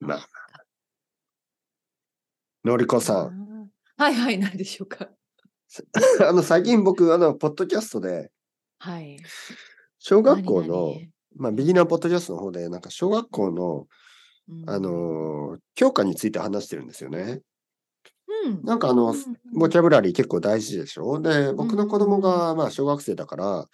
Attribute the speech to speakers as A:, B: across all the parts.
A: まあ。のりこさん。
B: ん。はいはい、何でしょうか。
A: あの、最近僕、あの、ポッドキャストで、
B: はい。
A: 小学校の、
B: 何
A: まあ、ビギナーポッドキャストの方で、なんか、小学校の、
B: 々、うん
A: あ、のー教科について話してるんですよね。
B: うん、
A: なんか、あの、ボキ
B: ャ
A: ャブラリー結構大事でしょで、僕の子供が、まあ、小学生だから、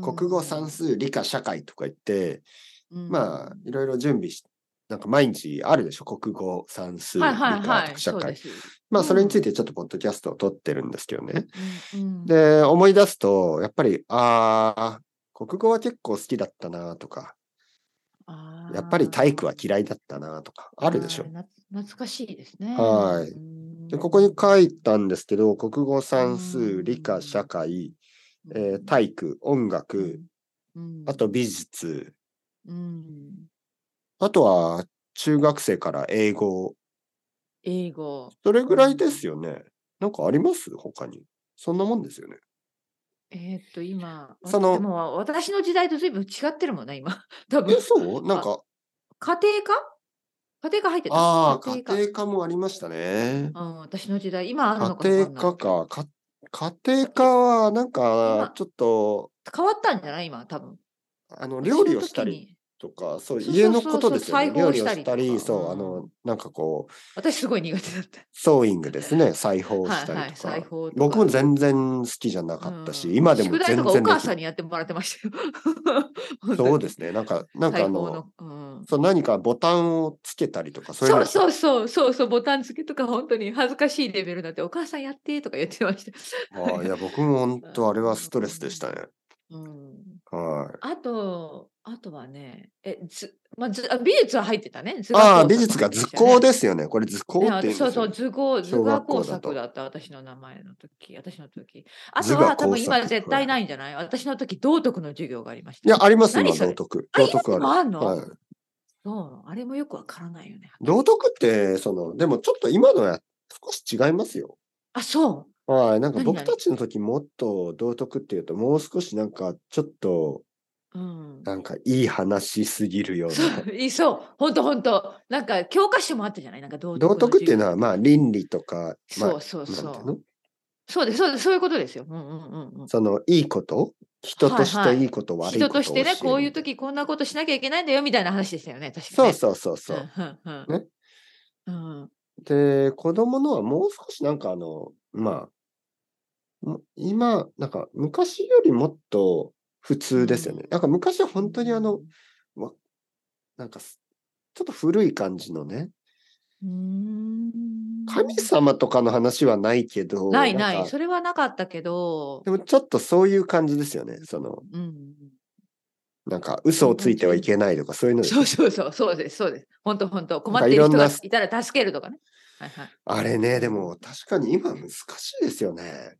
A: 国語、算数、理科、社会とか言って、まあ、いろいろ準備し、なんか毎日あるでしょ国語、算数、理
B: は
A: 科
B: いはいは、い、
A: 社
B: そう
A: 会
B: で。す
A: まあ、それについてちょっとポッドキャストを撮ってるんですけどね。
B: うんうん、
A: で、思い出すと、やっぱり、ああ、国語は結構好きだったなとか、
B: あー
A: やっぱり体育は嫌いだったなとか、あるでしょ
B: あー。な懐かしいですね。
A: はい
B: うん
A: で、ここに書いたんですけど、国語、算
B: う
A: 数、
B: ん
A: 理科、社会、えー、体育、音楽、、
B: うん
A: あ、と美術、
B: うん、
A: あとは中学生から英語、
B: 英語。
A: それぐらいですよね。なんかあります他に。そんなもんですよね。
B: えーっと、今、
A: そ
B: そ
A: の
B: のも私の時代と随分違ってるもんね、今。多分
A: え、そうなんか、
B: 家庭科家庭科入ってた
A: ああ、家庭科もありましたね。
B: うん、私の時代、今あるの
A: 家庭
B: かもわかんな
A: 科
B: い
A: か。か家庭科は、なん
B: 今
A: か、ちょっと、
B: 変わったんじゃない今、多分。
A: あの、料理をしたりとか、そう、
B: そうそうそう
A: 家のことですよね。
B: 裁縫
A: 料
B: を
A: 理をした
B: した
A: り、
B: りとか
A: そう、
B: うん
A: あの、なんかこう、
B: 私の時に。私すごい苦手だった。
A: ソーイングですね。裁縫を
B: は
A: し
B: い
A: た
B: は
A: り
B: い、
A: とか。
B: 裁縫とか。
A: 僕も全然好きじゃなかったし、今でも
B: 宿題
A: 全
B: とかお
A: 然で
B: 母
A: き
B: さん
A: る。
B: にやってもらってましたよ。。
A: そうですすね。なんか、なんかあ
B: 裁
A: の、
B: 縫の。うん
A: そう、何かボタンをつけたりとか、そういう
B: そ
A: の
B: うそうそうそうそうボタン付けとか本当に恥ずかしいレベルなんてお母さんやってとか言ってました。
A: ああいや、僕も本当、あれはストレスでしたね。
B: うん、
A: はい。
B: あとあとはねえず、まあ、ずあ美術は入ってたね。図
A: あ
B: 画
A: あ、
B: 工作
A: 美術が図工ですよね。これ図工っ
B: ね
A: ていうんです
B: そ
A: よ
B: うそう、図工、図
A: 小
B: 画
A: 学校
B: 工
A: だと
B: 作だった、私の名前の時、私の時。あ
A: 図
B: と
A: 画
B: は、多
A: 工
B: 分
A: 作
B: 今絶対ないんじゃない私の時、道徳の授業がありました。
A: いや、あります、今、
B: 何そ
A: 道
B: れ
A: 徳。
B: あ
A: 道徳ある。
B: 今あんの
A: はい
B: そうあれもよくわからないよね。
A: 道徳って、その、でもちょっと今のは少し違いますよ。
B: あ、そ
A: はい、なんか
B: 何
A: 僕
B: 々
A: たちの時もっと道徳っていうと、もう少しなんかちょっと、
B: う。うん。
A: なんかいい話しすぎるよう
B: そう、いそう、本当本当なんか教科書もあったじゃないなんか道
A: な。
B: 徳
A: 道徳っていうの
B: は、
A: は、まあ倫理とか、まあ、
B: そうそうそ
A: なんていうの
B: う。そうです、そうです、そういうことですよ。うんうんうんうん。
A: その、いいこと人とし
B: はいは
A: て
B: い
A: いいこと、悪いこと
B: 人として
A: 教
B: ね、
A: える
B: こういう時こんなことしなきゃいけないんだよみたいな話でしたよね、確か
A: そう
B: に、ね。
A: そうそうそう。
B: うんうんうん。
A: ね
B: うん。
A: で、子供のはもう少しなんかあの、まあ、も今、なんか昔よりもっと普通ですよね
B: う。ん
A: なんか昔は本当にあの、わなんかすちょっと古い感じのね、
B: うーん、
A: 神様とかの話はないけど、
B: ない
A: ん
B: な
A: か
B: い、それはなかったけど
A: で、もちょっとそういう感じですよね。その、
B: うん、
A: なんか嘘をついてはいけないとか、そういうのです
B: そう そうそう、そうです、そうです。本当本当困
A: か
B: ってる人
A: いろ
B: が
A: んない
B: たら助けるとかね。はいはい。
A: あれね、でも確かに今難しいですよね。
B: うん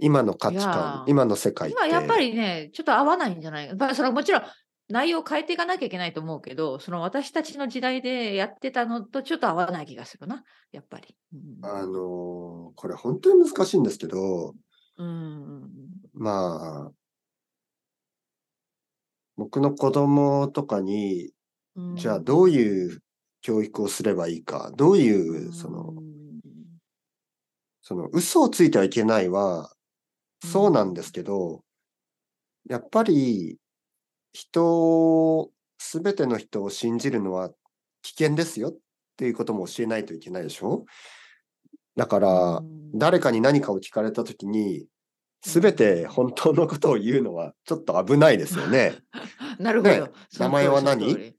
A: 今の価値
B: い
A: 観
B: や、
A: 今の世界って。
B: 今やっぱりね、ちょっと合わないんじゃないまあ、それはもちろん内容を変えていかなきゃいけないと思うけど、その私たちの時代でやってたのとちょっと合わない気がするな、やっぱり。うん
A: あのーこれ本当に難しいんですけど、
B: うん。
A: まあ、僕の子供とかに、
B: うん
A: じゃあどういう教育をすればいいか、どういう、その、
B: うん
A: その嘘をついてはいけないは、そうなんですけど、やっぱり人、すべての人を信じるのは危険ですよっていうことも教えないといけないでしょだから
B: う、ん
A: 誰かに何かを聞かれたときに、すべて本当のことを言うのは ちょっと危ないですよね。
B: なるほど。
A: ね
B: その
A: 名前は
B: 通り
A: 何
B: その通り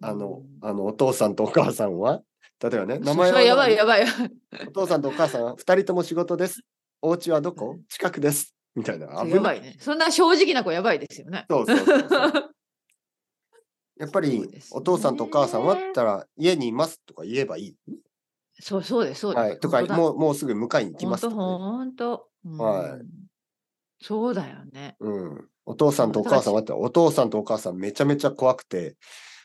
A: あの、あの、お父さんとお母さんは、例えばね、名
B: 名
A: 前
B: 前
A: は
B: はやばい
A: 何
B: やばい。
A: お父さんとお母さんは二人とも仕事です。お家はどこ近くです。みたいな。
B: やばいね。そんな正直な子やばいですよね。
A: そうそうそうそう。 やっぱ
B: そう
A: り
B: です、ね
A: お父さんとお母さんはって言ったら、家にいますとか言えばいい。
B: そうそうです、そうです。
A: はい。とか、もう、もうすぐ迎えに行き
B: 本
A: ます
B: 当
A: とかね、
B: 本当。
A: はい
B: うん。そうだよ ね。
A: うん。お父さんとお母さんはって、お父さんとお母さんめちゃめちゃ怖くて、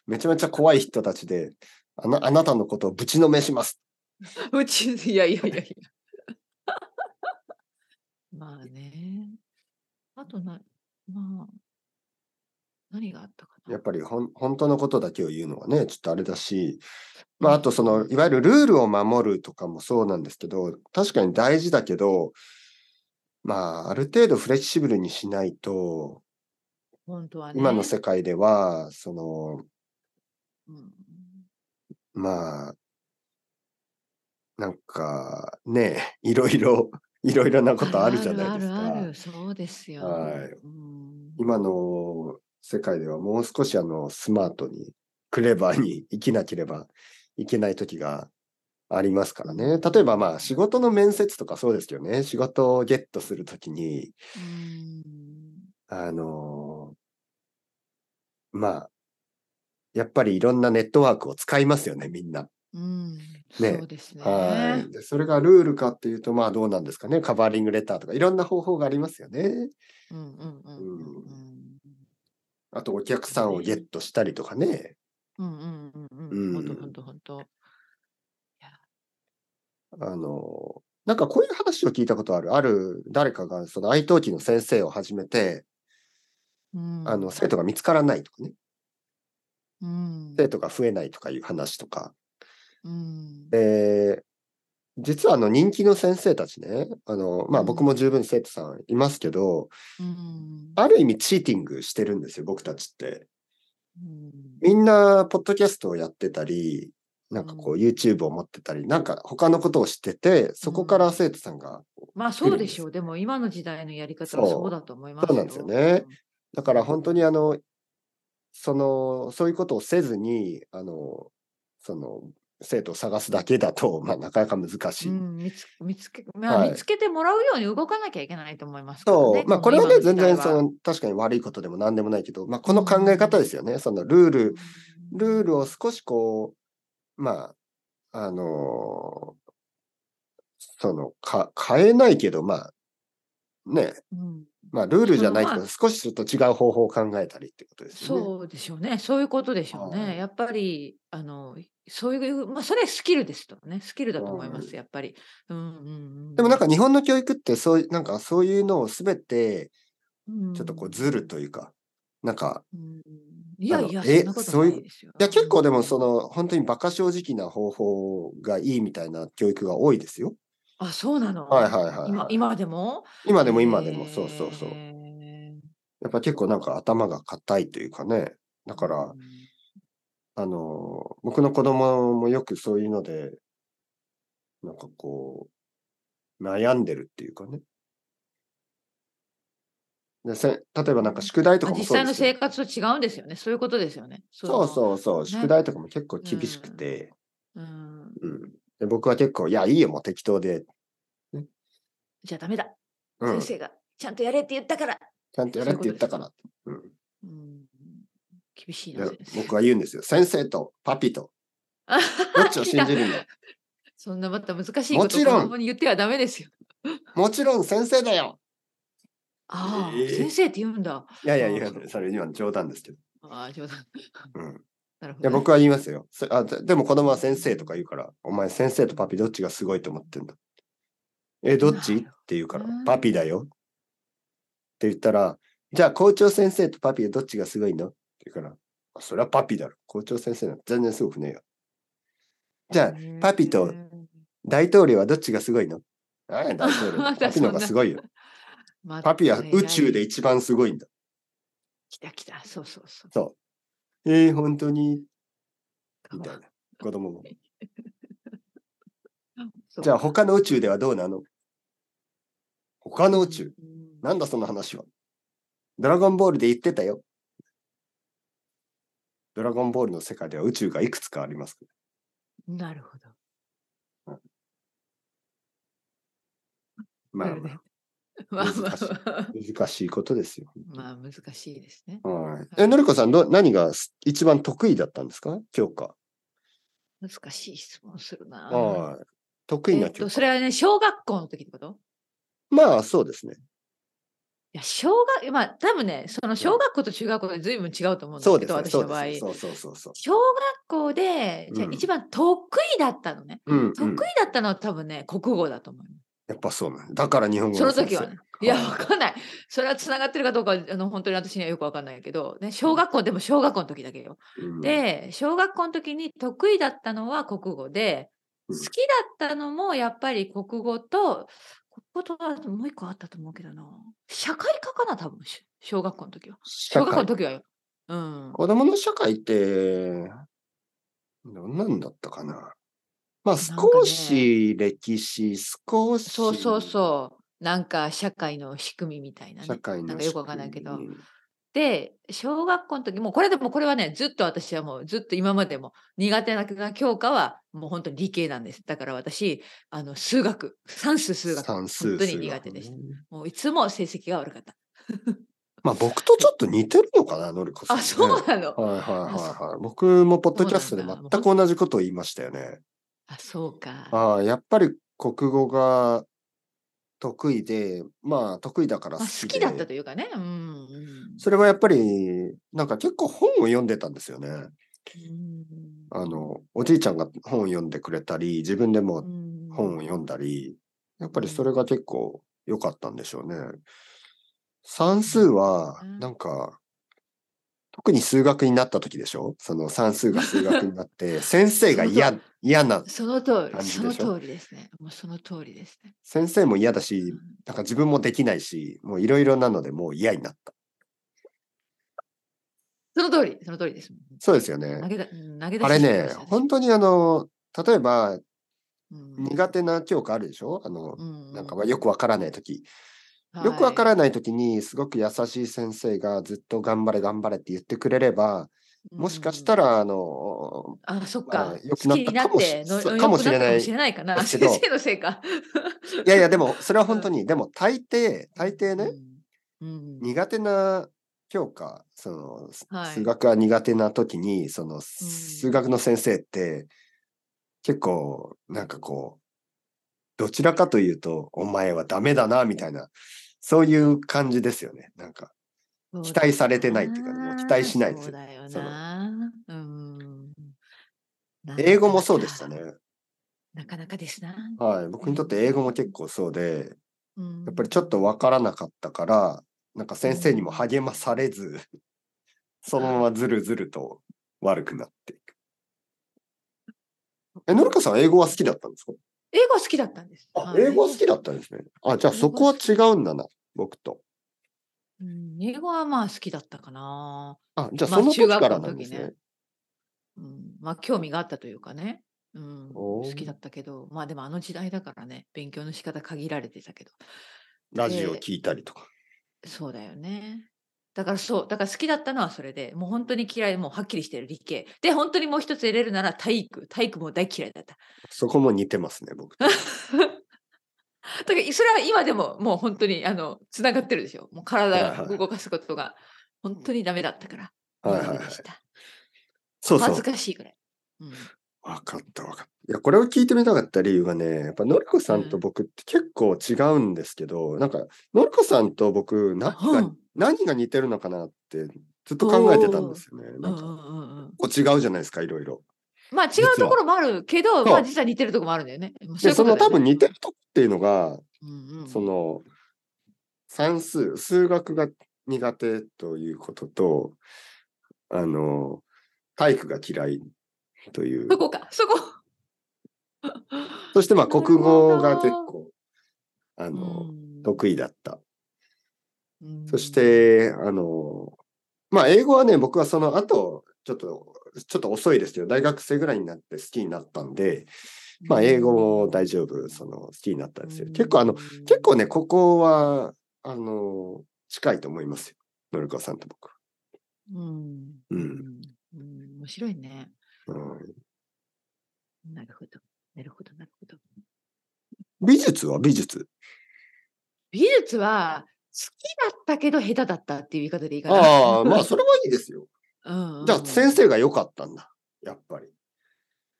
A: めちゃめちゃ怖い人たちで、あなあなたのことをぶちのめします。
B: うち、いやいやいやいや。 まあね。あとな、まあ、何があったかな。
A: やっぱりほん本当のことだけを言うのはね、ちょっとあれだし、まあ、
B: うん
A: あとその、いわゆるルールを守るとかもそうなんですけど、確かに大事だけど、まあ、ある程度フレキシブルにしないと、
B: 本当はね。
A: 今の世界では、その、
B: うん
A: まあ、なんかね、いろい ろ、いろいろなことあるじゃないです
B: あるあるあ
A: か。
B: るそうですよ。
A: はい
B: うん
A: 今の世界ではもう少しあの、スマートに、クレバーに生きなければいけない時がありますからね。例えばまあ、仕事の面接とかそうですよね。仕事をゲットするときに、
B: うん
A: あのまあ、やっぱりいろんなネットワークを使いますよね、みんな。
B: うん、そうですね。
A: はい。でそれがルールかっていうと、まあどうなんですかね。カバーリングレターとかいろんな方法がありますよね。
B: うんうんうんうん
A: あとお客さんをゲットしたりとかね。
B: うんうんうんうん
A: う
B: うんん。本当本当本当。
A: あの、なんかこういう話を聞いたことある。ある誰かがその愛登記の先生を始めて、
B: うん
A: あの、生徒が見つからないとかね。
B: うん
A: 生徒が増えないとかいう話とか。
B: うん
A: で、実はあの人気の先生たちね、あの、まあ僕も十分生徒さんいますけど、
B: うん
A: ある意味チーティングしてるんですよ、僕たちって。
B: うん
A: みんな、ポッドキャストをやってたり、なんかこう、
B: う
A: YouTube を持ってたり、なんか他のことをしてて、そこから生徒さんが、
B: まあそうでしょう。でも今の時代のやり方は
A: そう
B: そうだと思います
A: そうなんですよね。だから本当にあの、その、そういうことをせずに、あの、その、生徒を探すだけだと、まあなかなか難し
B: う
A: い。
B: ん、見つ見つけ、ま
A: は
B: あ、
A: い
B: 見つけてもらうように動かなきゃいけないと思いますからね、
A: そう、まあこれはね、全然そ
B: の
A: の、確かに悪いことでも何でもないけど、まあこの考え方ですよね。そのルール、ルールを少しこう、まあ、あのーその、か、変えないけど、まあ、ね、
B: 今の時代は、うん
A: まあ、ルールじゃないけ
B: そ
A: ど、
B: の
A: 少しすると違う方法を考えたりってことですよね。
B: そうでしょうね。そういうことでしょう
A: はい
B: ね。やっぱり、あの、そういう、まあ、それはスキルですとね。スキルだと思いま
A: う
B: す、やっぱり。うんうんうん、
A: でもなんか、日本の教育って、そういう、なんかそういうのをすべて、ちょっとこう、ずるというか、なんか、
B: うん。いや
A: あの
B: いや、
A: え
B: そんなこと
A: そういう
B: ないですよ。
A: いや、結構でもその、本当に馬鹿正直な方法がいいみたいな教育が多いですよ。
B: あ、そうなの、
A: はいはいはい
B: 今
A: はい。
B: 今でも
A: 今
B: 今
A: でも今でも、そうそうそう。やっぱ結構なんか頭が硬いというかね。だから、あの、僕の子供もよくそういうので、なんかこう、悩んでるっていうかね。でせ例えばなんか宿題とか
B: あ
A: もそう
B: 実
A: ですよ
B: 際の生活と違うんですよね。そういうことですよね。
A: そう
B: う
A: そうそう、宿題とかも結構厳しくて、
B: の。うん、
A: うんで僕は結構、いや、いいよ、もう適当で、
B: じゃあダメだ、
A: うん、ち
B: 先生がちゃんとやれって言ったから。
A: ゃんとやれって言ったから。うん、
B: うん、厳しい
A: で
B: な。先生
A: 僕は言うんですよ。先生とパピと、どっちを信 じるの
B: そんなまた難しい
A: も
B: こ
A: ち
B: と
A: ろん
B: 子供に言ってはダメですよ。
A: もちろん先生だよ
B: ああ、
A: ええ
B: 先生って言うんだ。
A: いやいや
B: あー
A: いや、それ今の冗談ですけど。
B: ああ、冗談。
A: うん、い
B: なるほど、ね。
A: や僕は言いますよそあ。ででも子供は先生とか言うから、お前先生とパピどっちがすごいと思ってんだ。え、どっち
B: な
A: っ
B: るほど
A: て言うから
B: う、ん
A: パピだよ。って言ったら、じゃあ校長先生とパピはどっちがすごいのって言うから、あそれはパピだろ。校長先生なんて全然すごくねえよ。じゃあ、パピと大統領はどっちがすごいのああ、大統領。
B: ま
A: パ
B: た
A: ピ
B: そ
A: の
B: んな
A: 方がすごいよ。
B: また
A: パピは宇宙で。一番すごいんだ。
B: 来た来た、そうそうそう。
A: そう。えー、本当にみ たいな。子供も。
B: そう
A: じゃあ他の宇宙ではどうなの他の宇宙。
B: うん
A: なんだその話は。ドラゴンボールで言ってたよ。ドラゴンボールの世界では宇宙がいくつかあります。
B: なるほど。
A: まあ
B: なる、ほどねまあ
A: 難しい
B: まあ
A: 難しいことですよ。
B: まあ、まあ難しいですね。
A: はい。え、のりこさん、ど、何がす一番得意だったんですか教科。
B: 難しい質問するな。
A: はい。得意
B: え
A: な
B: っ
A: 教
B: と、
A: 科。
B: それはね、小学校の時ってこと
A: まあ、そうですね。
B: いや、小学、まあ、多分ね、その小学校と中学校で随分違うと思うんで
A: そ
B: す
A: う
B: け
A: ですね。そう
B: ど、私の
A: で
B: 場
A: す
B: 合。
A: ね。そうそうそうそう。
B: 小学校で、じゃあ
A: うん
B: 一番得意だったのね。
A: うん、う
B: 得
A: ん。
B: 意だったのは多分ね、国語だと思います。
A: やっぱそうなんだ。だから日本語
B: その
A: 先
B: 時
A: 生
B: はね。いや、わ
A: は
B: かんない。それはつながってるかどうかは、あの本当に私にはよくわかんないけど、ね、小学校でも小学校の時だけよ。
A: いうん
B: で、小学校の時に得意だったのは国語で、
A: う
B: 好
A: ん
B: きだったのもやっぱり国語と、国語とはもう一個あったと思うけどな。社会科かな、多分、し小学校の時は。
A: 社
B: 小学校
A: 会
B: の時はよ。うん。
A: 子供の社会って、どんなんだったかな。まあ、
B: なんかね
A: 少し歴史、少し。
B: そうそうそう。なんか社会の仕組みみたいなね。
A: 社会の
B: なんかよくわかんないけど
A: 仕組み
B: で、小学校の時、もうこれでもこれはね、ずっと私はもうずっと今までも苦手な教科はもう本当に理系なんです。だから私、あの数学、算数数学、
A: 算数
B: 本当に
A: 数学
B: 苦手でした
A: ね。
B: もういつも成績が悪かった。
A: まあ、僕とちょっと似てるのかな、のりこさん、
B: あ、
A: ね。
B: そうなの。
A: はいはい
B: あ
A: はいはい。僕もポッドキャストで
B: そうなんだ
A: 全く同じことを言いましたよね。
B: あ、そうか。
A: ああ、やっぱり国語が得意で、まあ得意だから
B: まあ、
A: 好き
B: 好き
A: で。
B: だったというかね。うんうん。
A: それはやっぱり、なんか結構本を読んでたんですよね。
B: うん
A: あの、おじいちゃんが本を読んでくれたり、自分で
B: う
A: も
B: ん
A: 本を読んだり、やっぱりそれが結構良かったんでしょうね。算数は
B: うん、
A: なんか、特に数学になった時でしょその算数が数学にな って、先生が
B: そ
A: 嫌、嫌な、
B: その通
A: 感
B: り、
A: じ
B: そ
A: で
B: の
A: しょ
B: 通りですね。もうその通りですね。
A: 先生も嫌だし
B: うん、
A: なんか自分もできないし、もういろいろなのでもう嫌になった。
B: その通り、その通りです。
A: そうですよ
B: 投
A: ね。
B: げだ投げ出
A: あれ
B: してしまい
A: ね
B: ました、
A: 本当にあの、例えば
B: うん
A: 苦手な教科あるでしょあの、
B: うん
A: なんかまあよくわからない時。
B: はい
A: よくわからない時にすごく優しい先生がずっと頑張れ頑張れって言ってくれれば、もしかした
B: うんうん
A: ら、あの、
B: あ、そっ
A: あ
B: か。
A: 良くなったかもし
B: 好きになって
A: そう
B: の
A: かもしれない
B: 良くったかもしれないかな。
A: ですけど
B: 先生のせいか。
A: いやいや、でも、それは本当に、でも、大抵、大抵ね、
B: うん。うん
A: 苦手な教科、その、す
B: はい
A: 数学が苦手な時に、その、数学の先生って、結構、なんかこう、どちらかというと、お前はダメだな、みたいな、そういう感じですよね。なんか、期待されてないっていうかもう期待しないです
B: そうだよな。うん。
A: 英語もそうでしたね。。
B: なかなかですな。
A: はい。僕にとって英語も結構そうで、
B: うん
A: やっぱりちょっとわからなかったから、なんか先生にも励まされず、そのままずるずると悪くなっていく。え、のりかさん、英語は好きだったんですか
B: 英語好きだったんです。
A: あ、
B: はい
A: 英語は好きだったんですね。あ、じゃあそこは違うんだな、僕と。
B: うん英語はまあ好きだったかな。
A: あ、じゃあ
B: まあ
A: その時
B: 中学
A: か
B: 校
A: ら
B: の
A: なんですね。
B: 時ねうん、まあ興味があったというかね、うん、
A: お
B: 好
A: ー
B: きだったけどまあでもあの時代だからね勉強の仕方限られてたけど
A: ラジオ聞いたりとか。
B: そうだよねだからそうだから好きだったのはそれでもう本当に嫌いもうはっきりしてる理系で本当にもう一つ入れるなら体育体育も大嫌いだった
A: そこも似てますね、僕と。
B: だからそれは今でももう本当にあのつながってるでしょもう体
A: はい
B: を
A: はい
B: 動かすことが本当にダメだったから、
A: はいは
B: ダ
A: い
B: メ
A: はい
B: で。した
A: そうそ
B: 恥
A: う
B: ず。かしいぐらい、うん、
A: わかったわかった。いや、これを聞いてみたかった理由はね、やっぱのりこさんと
B: うん
A: 僕って結構違うんですけど、なんか、のりこさんと僕、何が、
B: うん
A: 何が似てるのかなって、ずっと考えてたんですよね。
B: う
A: なんん
B: う
A: か、
B: んうんうん
A: こう違うじゃないですか、いろいろ。
B: まあ違
A: 実は
B: うところもあるけど、ま
A: そ
B: あ
A: う
B: 実は似てるところもあるんだよね。まあ
A: で、その多分似て
B: る
A: るとこっていうのが、
B: うんうん、
A: その、算数、数学が苦手ということと、あの、体育が嫌いという。
B: そこか、そこ。
A: そしてまあ
B: なるほど
A: 国語が結構、あの、
B: うん
A: 得意だった。
B: うん
A: そして、あの、まあ英語はね、僕はその後、ちょっと、ちょっと遅いですけど、大学生ぐらいになって好きになったんで、まあ英語も大丈夫、その好きになったんですよ。結構あの、、結構ね、ここは、あの、近いと思いますよ。のりこさんと僕。
B: うん
A: う
B: うんんうん面白いね。
A: うん、
B: なるほど。なるほど、なるほど。
A: 美術は美 術。
B: 美術は好きだったけど下手だったっていう言い方でいいかな。
A: ああ、まあそれはいいですよ。
B: うんうん
A: じゃあ先生が良かったんだ。やっぱり。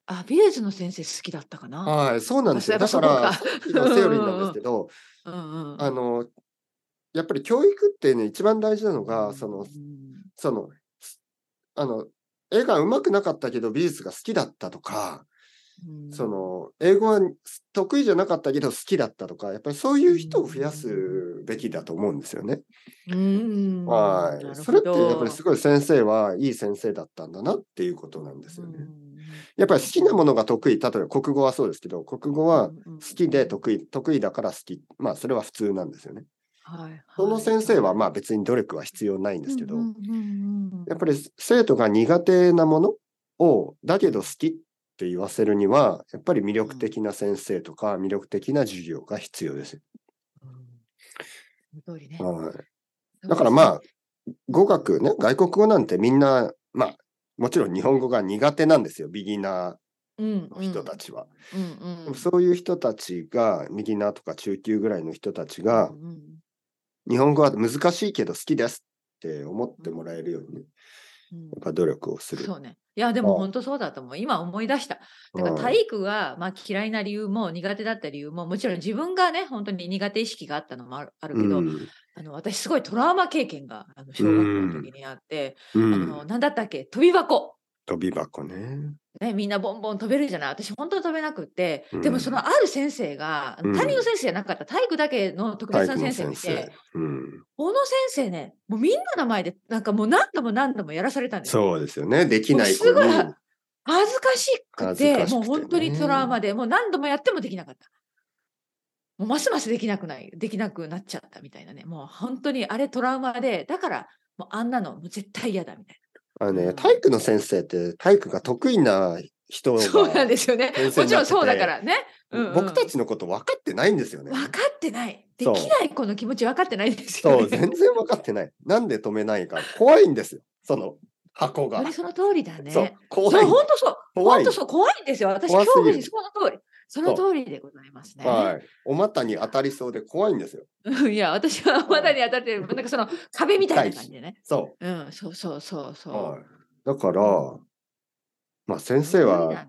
B: あ、美術の先生好きだったかな。
A: はい、そうなんですよ。
B: あ
A: だ
B: そ
A: か
B: うやっ
A: ら、
B: ぱ
A: さ
B: そ
A: っき
B: か
A: のセオリーなんですけど、
B: うんうん。
A: あの、やっぱり教育ってね、一番大事なのが、その
B: う、ん
A: その、あの、絵が上手くなかったけど美術が好きだったとか、
B: うん
A: その、英語は得意じゃなかったけど好きだったとか、やっぱりそういう人を増やすべきだと思うんですよね。
B: うん
A: は。
B: ないるほど
A: それってやっぱりすごい先生はいい先生だったんだなっていうことなんですよ
B: う
A: ね。
B: ん
A: やっぱり好きなものが得意、例えば国語はそうですけど、国語は
B: うんうん
A: 好きで得意、得意だから好き。まあそれは普通なんですよね。
B: はいはい
A: その先生はまあ別に努力は必要ないんですけど、
B: うんうんうんうん
A: やっぱり生徒が苦手なものを、だけど好きって言わせるには、やっぱり魅力的な先生とか、魅力的な授業が必要です。
B: うんその通りね
A: はい、だからまあ、語学ね、外国語なんてみんな、まあ、もちろん日本語が苦手なんですよ、ビギナ
B: うん
A: ーの人たちは。
B: うんうん
A: でもそういう人たちが、ビギナーとか中級ぐらいの人たちが
B: う、んうん
A: 日本語は難しいけど好きですって思ってもらえるように、や
B: うん
A: っぱ努力をする。
B: そうね。いや、でも
A: はい
B: 本当そうだと思う。今思い出した。だから
A: は
B: 体
A: い
B: 育が、まあ、嫌いな理由も苦手だった理由ももちろん自分がね本当に苦手意識があったのもあるあるけど、
A: うん
B: あの私すごいトラウマ経験があの小学校の時にあって、
A: う
B: あ
A: ん
B: の何だったっけ飛び箱。
A: 飛び箱ね。
B: ね、みんなボンボン飛べるじゃない私本当に飛べなくって、で
A: う
B: も
A: ん
B: そのある先生が、あの
A: うん
B: 担任の先生じゃなかった体育だけの特
A: 体
B: 別な
A: 育の
B: 先生
A: 先
B: 見て
A: 生。うん、
B: 小野先生ねもうみんなの前でなんかもう何度も何度もやらされたんですよ
A: そうですよね。できない子
B: もうす
A: に
B: ぐ恥ずかしく
A: 恥ず
B: て
A: かしくてね
B: もう本当にトラウマでもう何度もやってもできなかったもうますますできなくないできなくなっちゃったみたいなねもう本当にあれトラウマでだからもうあんなのもう絶対嫌だみたい
A: あの
B: う
A: ね、
B: ん
A: 体育の先生って体育が得意な人
B: な
A: が
B: そうなんですよね
A: 先生
B: も
A: に
B: ち
A: な
B: ろ
A: ってて
B: んそうだからね、うんうん
A: 僕たちのこと分かってないんですよね
B: 分。かってないでき
A: そう
B: ない子の気持ち分かってないです
A: そ
B: よ
A: う、
B: ね
A: 全然分かってない。なんで止めないか怖いんですよ。その箱が
B: 本当。にその通りだね
A: そう、
B: そう
A: 怖い。
B: 本当そう
A: 怖い
B: 本当そう怖いんですよ私
A: 怖
B: 恐
A: すぎる
B: 怖にその通りその通りでございますね、
A: はい。お股に当たりそうで怖いんですよ。
B: うんいや、私は まだに当たってる、なんかその壁みたいな感じでね。
A: そ
B: うん、そうそうそう
A: う。
B: そう。
A: はい。だから、まあ先
B: そ
A: 生
B: の通り
A: は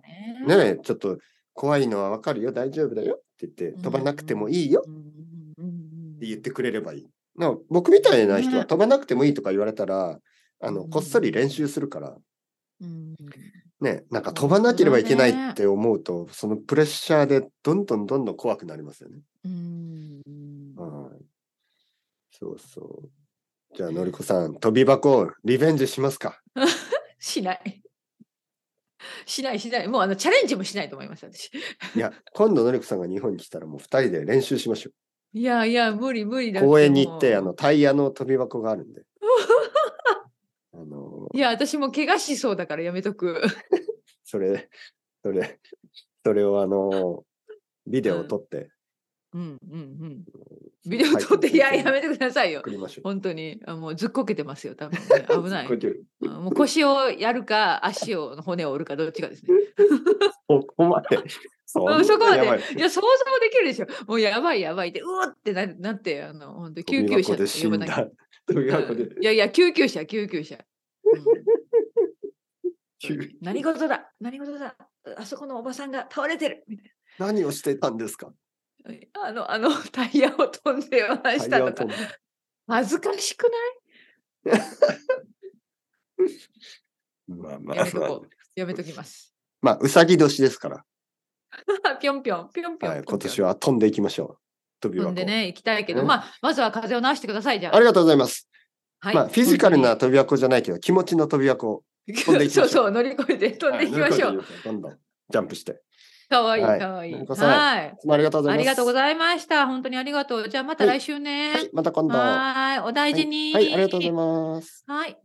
B: だね、
A: ね、ちょっと怖いのは分かるよ、大丈夫だよって言って、飛ばなくてもいいよ
B: うんうんうん
A: って言ってくれればいい。な僕みたいな人は
B: ね
A: 飛ばなくてもいいとか言われたら、あの、
B: うん
A: こっそり練習するから、
B: うん、
A: ね、なんか飛
B: 本当
A: ばなければいけない
B: だね
A: って思うと、そのプレッシャーでどんどんどんどん怖くなりますよね。
B: うん
A: はい。そうそう。じゃあ、のりこさん、飛び箱、リベンジしますか。
B: しない。 しないしない。もうあのチャレンジもしないと思います、私。
A: いや、今度のりこさんが日本に来たら、もう2人で練習しましょ
B: いやいや、無理無理
A: う。
B: だ
A: 公園に行って、あ
B: もう
A: の、タイヤの飛び箱がある んで。あの、
B: いや、私も怪我しそうだからやめとく。
A: それ、それ、それをあの、ビデオを撮って、
B: うんうんうん。ビデオ撮って、いや、やめてくださいよ
A: 送。りましょう。
B: 本当に。あもうずっこけてますよ、多 分、ね。危ない
A: こ。うやって
B: あもう腰をやるか足をの骨を折るかどっちかですね。
A: ここまで。そんな
B: うん そこまで
A: やばい
B: いや想像できるでしょ。もうやばいやばいってうおってななってあの本 当救急
A: 飛び箱
B: 車
A: で
B: って
A: 死
B: 呼
A: ん
B: ばなきゃ
A: だ。飛び箱で
B: うんいやいや救急車救急車。うん
A: 急に
B: 何事だ何事だあそこのおばさんが倒れてるみたい
A: 何をしてたんですか
B: なあのあのタイヤを飛んでまし
A: タ
B: た
A: イヤを
B: と
A: 飛
B: か
A: んで
B: 恥ずかしくない
A: まあま
B: や
A: あ
B: めと
A: まあ
B: こ。うやめときます。
A: まあ、うさぎ年ですから、
B: ぴょんぴょんぴょんぴょ
A: は
B: ん。
A: い、今年は飛んでいきましょう。飛び
B: 飛
A: 箱。
B: んでね行きたいけど、
A: ね
B: まあまずは風邪を治してくださいじゃ
A: ありがとうございます。
B: はい
A: まあ、フィジカルな
B: 本
A: 飛び箱じゃないけど、気持ちの飛び箱を飛んでいきましょ
B: そううそう、乗り越えて飛んでいきましょ
A: は乗り
B: う。
A: 越えていきましょうどんどんジャンプして。い
B: かわいい、
A: はい
B: かわいい。
A: のりこさん
B: はい。
A: つもありがとうござ
B: あ
A: いま
B: り
A: す。
B: がとうご
A: い
B: ざいました。本当にありがとう。じゃあまた
A: はい
B: 来週ね
A: は。い、また今度。
B: はーい。お大事に。
A: はい、はいありがとうございます。
B: はい。